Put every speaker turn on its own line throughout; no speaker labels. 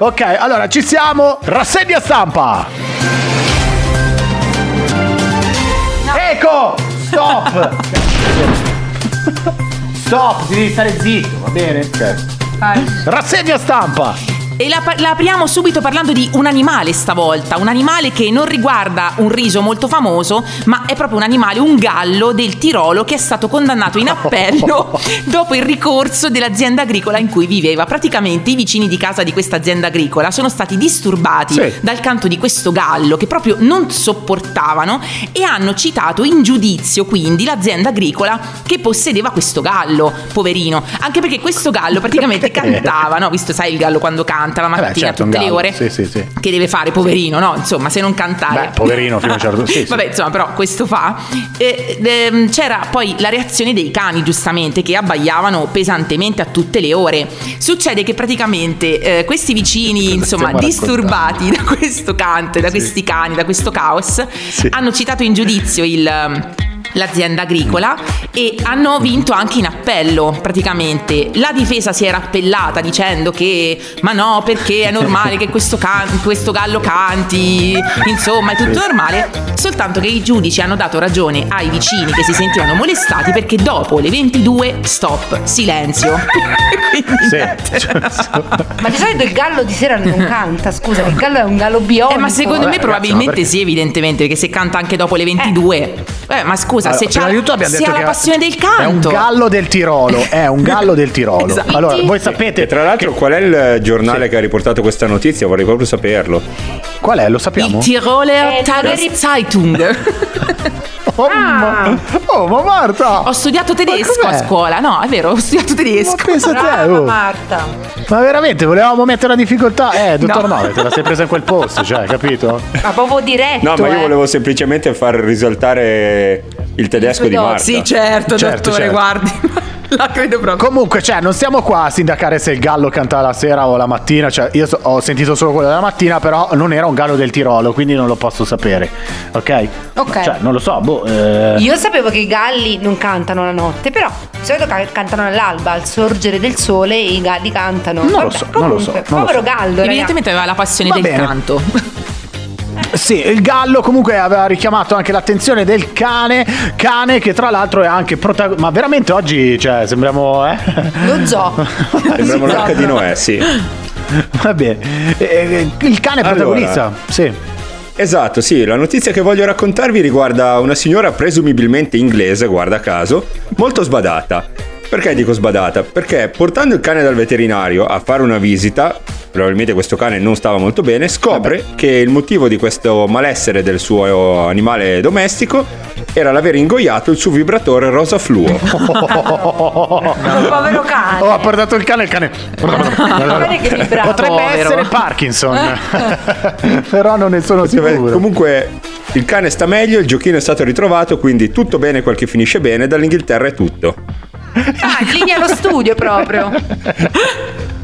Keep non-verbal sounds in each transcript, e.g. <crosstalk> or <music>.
Ok, allora ci siamo. Rassegna stampa. Ecco! Stop!
<laughs>
Stop, ti devi stare zitto, va bene?
Vai.
Rassegna stampa.
E la, pa- la apriamo subito parlando di un animale stavolta, un animale che non riguarda un riso molto famoso, ma è proprio un animale, un gallo del Tirolo che è stato condannato in appello dopo il ricorso dell'azienda agricola in cui viveva. Praticamente i vicini di casa di questa azienda agricola sono stati disturbati
Sì.
dal canto di questo gallo che proprio non sopportavano e hanno citato in giudizio quindi l'azienda agricola che possedeva questo gallo, poverino, anche perché questo gallo praticamente
<laughs> Perché?
cantava, no? Visto sai il gallo quando canta
beh,
la mattina
certo, un
tutte le
gallo.
ore
Sì, sì, sì.
che deve fare poverino no insomma se non cantare
Beh, poverino fino a un
<laughs>
certo- sì, sì.
vabbè insomma però questo fa E, ehm, c'era poi la reazione dei cani giustamente che abbaiavano pesantemente a tutte le ore succede che praticamente eh, questi vicini
Cosa
insomma
stiamo
disturbati da questo canto da questi cani da questo caos
Sì.
hanno citato in giudizio il, ehm, l'azienda agricola e hanno vinto anche in appello praticamente. La difesa si era appellata dicendo che ma no perché è normale che questo, can- questo gallo canti, insomma è tutto normale, soltanto che i giudici hanno dato ragione ai vicini che si sentivano molestati perché dopo le 22 stop, silenzio. <laughs> Quindi
<laughs> Sì.
niente.
Ma di solito il gallo di sera non canta, scusa, il gallo è un gallo bionico.
Eh, ma secondo me
ragazzi,
probabilmente
ma perché-
sì, evidentemente, perché se canta anche dopo le 22. Eh, ma scusa,
Allora,
se
prima
c'ha
di tutto abbiamo
se
detto
ha
che
la passione del canto.
È un gallo del Tirolo, è un gallo del Tirolo.
Esatto.
Allora, voi
E
sapete
tra l'altro qual è il giornale che ha riportato questa notizia? Vorrei proprio saperlo.
qual è? Lo
Il
sappiamo?
Tiroler
Eh,
<laughs>
Tageszeitung.
Oh, ma... oh, ma Marta!
Ah. Ho studiato tedesco
Ma
a
com'è?
scuola, no, è vero, ho studiato
Ma
tedesco.
pensa te,
Brava
oh.
Marta.
ma veramente volevamo mettere una difficoltà? Eh, dottor
No.
Nove, te la sei presa in quel posto, cioè, capito?
Ma proprio diretto.
No, ma io
eh.
volevo semplicemente far risaltare il tedesco di
Studio-
Marta.
Sì, certo,
Certo,
dottore,
certo.
guardi. <laughs> La credo proprio.
Comunque, cioè, non stiamo qua a sindacare se il gallo canta la sera o la mattina. Cioè, io so- ho sentito solo quello della mattina, però non era un gallo del Tirolo, quindi non lo posso sapere. Ok?
Ok.
Cioè, non lo so, boh. eh.
Io sapevo che i galli non cantano la notte, però di solito ca- cantano all'alba, al sorgere del sole i galli cantano.
Non lo so, non lo so,
comunque,
non lo
Povero
so.
gallo, ragazzi.
Evidentemente aveva la passione
Va
del
bene.
canto.
Sì, il gallo comunque aveva richiamato anche l'attenzione del cane, cane che tra l'altro è anche protagonista. Ma veramente oggi, cioè, sembriamo. Eh?
<laughs>
<laughs>
Lo zoo.
Sembrava
Sì,
un'arca
esatto.
di Noè, sì.
Va bene. Eh, eh, il cane è
Allora.
protagonista, sì. <laughs>
Esatto, sì, la notizia che voglio raccontarvi riguarda una signora presumibilmente inglese, guarda caso, molto sbadata. Perché dico sbadata? Perché portando il cane dal veterinario a fare una visita, probabilmente questo cane non stava molto bene, scopre che il motivo di questo malessere del suo animale domestico era l'aver ingoiato il suo vibratore rosa fluo.
Un povero cane.
<laughs>
Oh, ha portato il cane, il cane.
Guarda che vibrato.
Potrebbe
Povero.
essere Parkinson, <laughs> però non ne sono
Vabbè,
sicuro.
Comunque il cane sta meglio, il giochino è stato ritrovato, quindi tutto bene quel che finisce bene, dall'Inghilterra è tutto.
Ah, in linea allo studio proprio.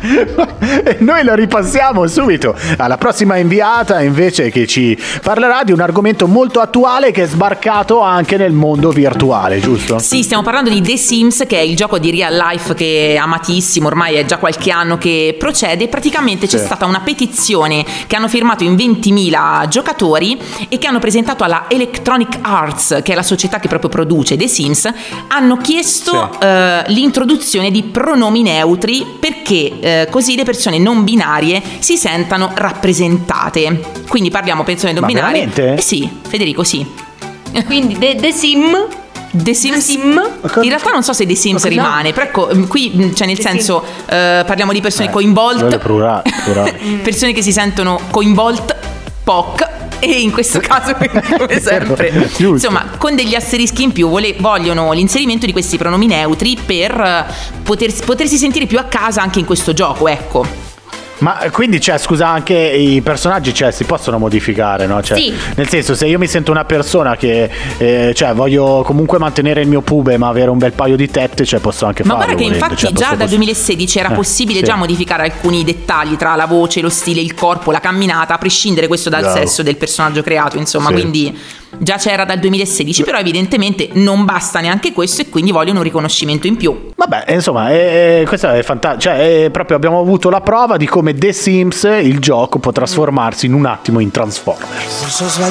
E noi lo ripassiamo subito alla prossima inviata invece che ci parlerà di un argomento molto attuale che è sbarcato anche nel mondo virtuale, giusto?
Sì, stiamo parlando di The Sims, che è il gioco di real life che è amatissimo, ormai è già qualche ananno che procede. Praticamente c'è
Sì.
stata una petizione che hanno firmato in 20.000 giocatori e che hanno presentato alla Electronic Arts, che è la società che proprio produce The Sims. Hanno chiesto
Sì.
eh, l'introduzione di pronomi neutri perché eh, così le persone non binarie si sentano rappresentate. Quindi parliamo persone non
Ma
binarie.
veramente?
Eh sì, Federico, sì.
Quindi The, The Sim.
The Sims,
Sim?
in realtà non so se The Sims
No.
rimane, però ecco, mh, qui mh, cioè nel
The
senso eh, parliamo di persone
Quello è
coinvolte,
plurale, plurale.
<laughs> persone che si sentono coinvolte, POC e in questo caso <laughs> quindi, come sempre
<laughs> Giusto.
insomma con degli asterischi in più vole- vogliono l'inserimento di questi pronomi neutri per eh, poter- potersi sentire più a casa anche in questo gioco ecco
Ma eh, quindi, cioè, scusa, anche i personaggi cioè, si possono modificare, no? Cioè,
Sì.
Nel senso, se io mi sento una persona che eh, cioè, voglio comunque mantenere il mio pube, ma avere un bel paio di tette, cioè, posso anche
Ma
farlo.
guarda che
volendo,
infatti
cioè,
già
posso-
dal 2016 era
Eh,
possibile
sì.
già modificare alcuni dettagli tra la voce, lo stile, il corpo, la camminata, a prescindere questo dal
Bravo.
sesso del personaggio creato, insomma,
Sì.
quindi Già c'era dal 2016, però evidentemente non basta neanche questo e quindi vogliono un riconoscimento in più.
Vabbè, insomma, eh, eh, questo è fantastico. Cioè, eh, proprio abbiamo avuto la prova di come The Sims, il gioco, può trasformarsi in un attimo in Transformers.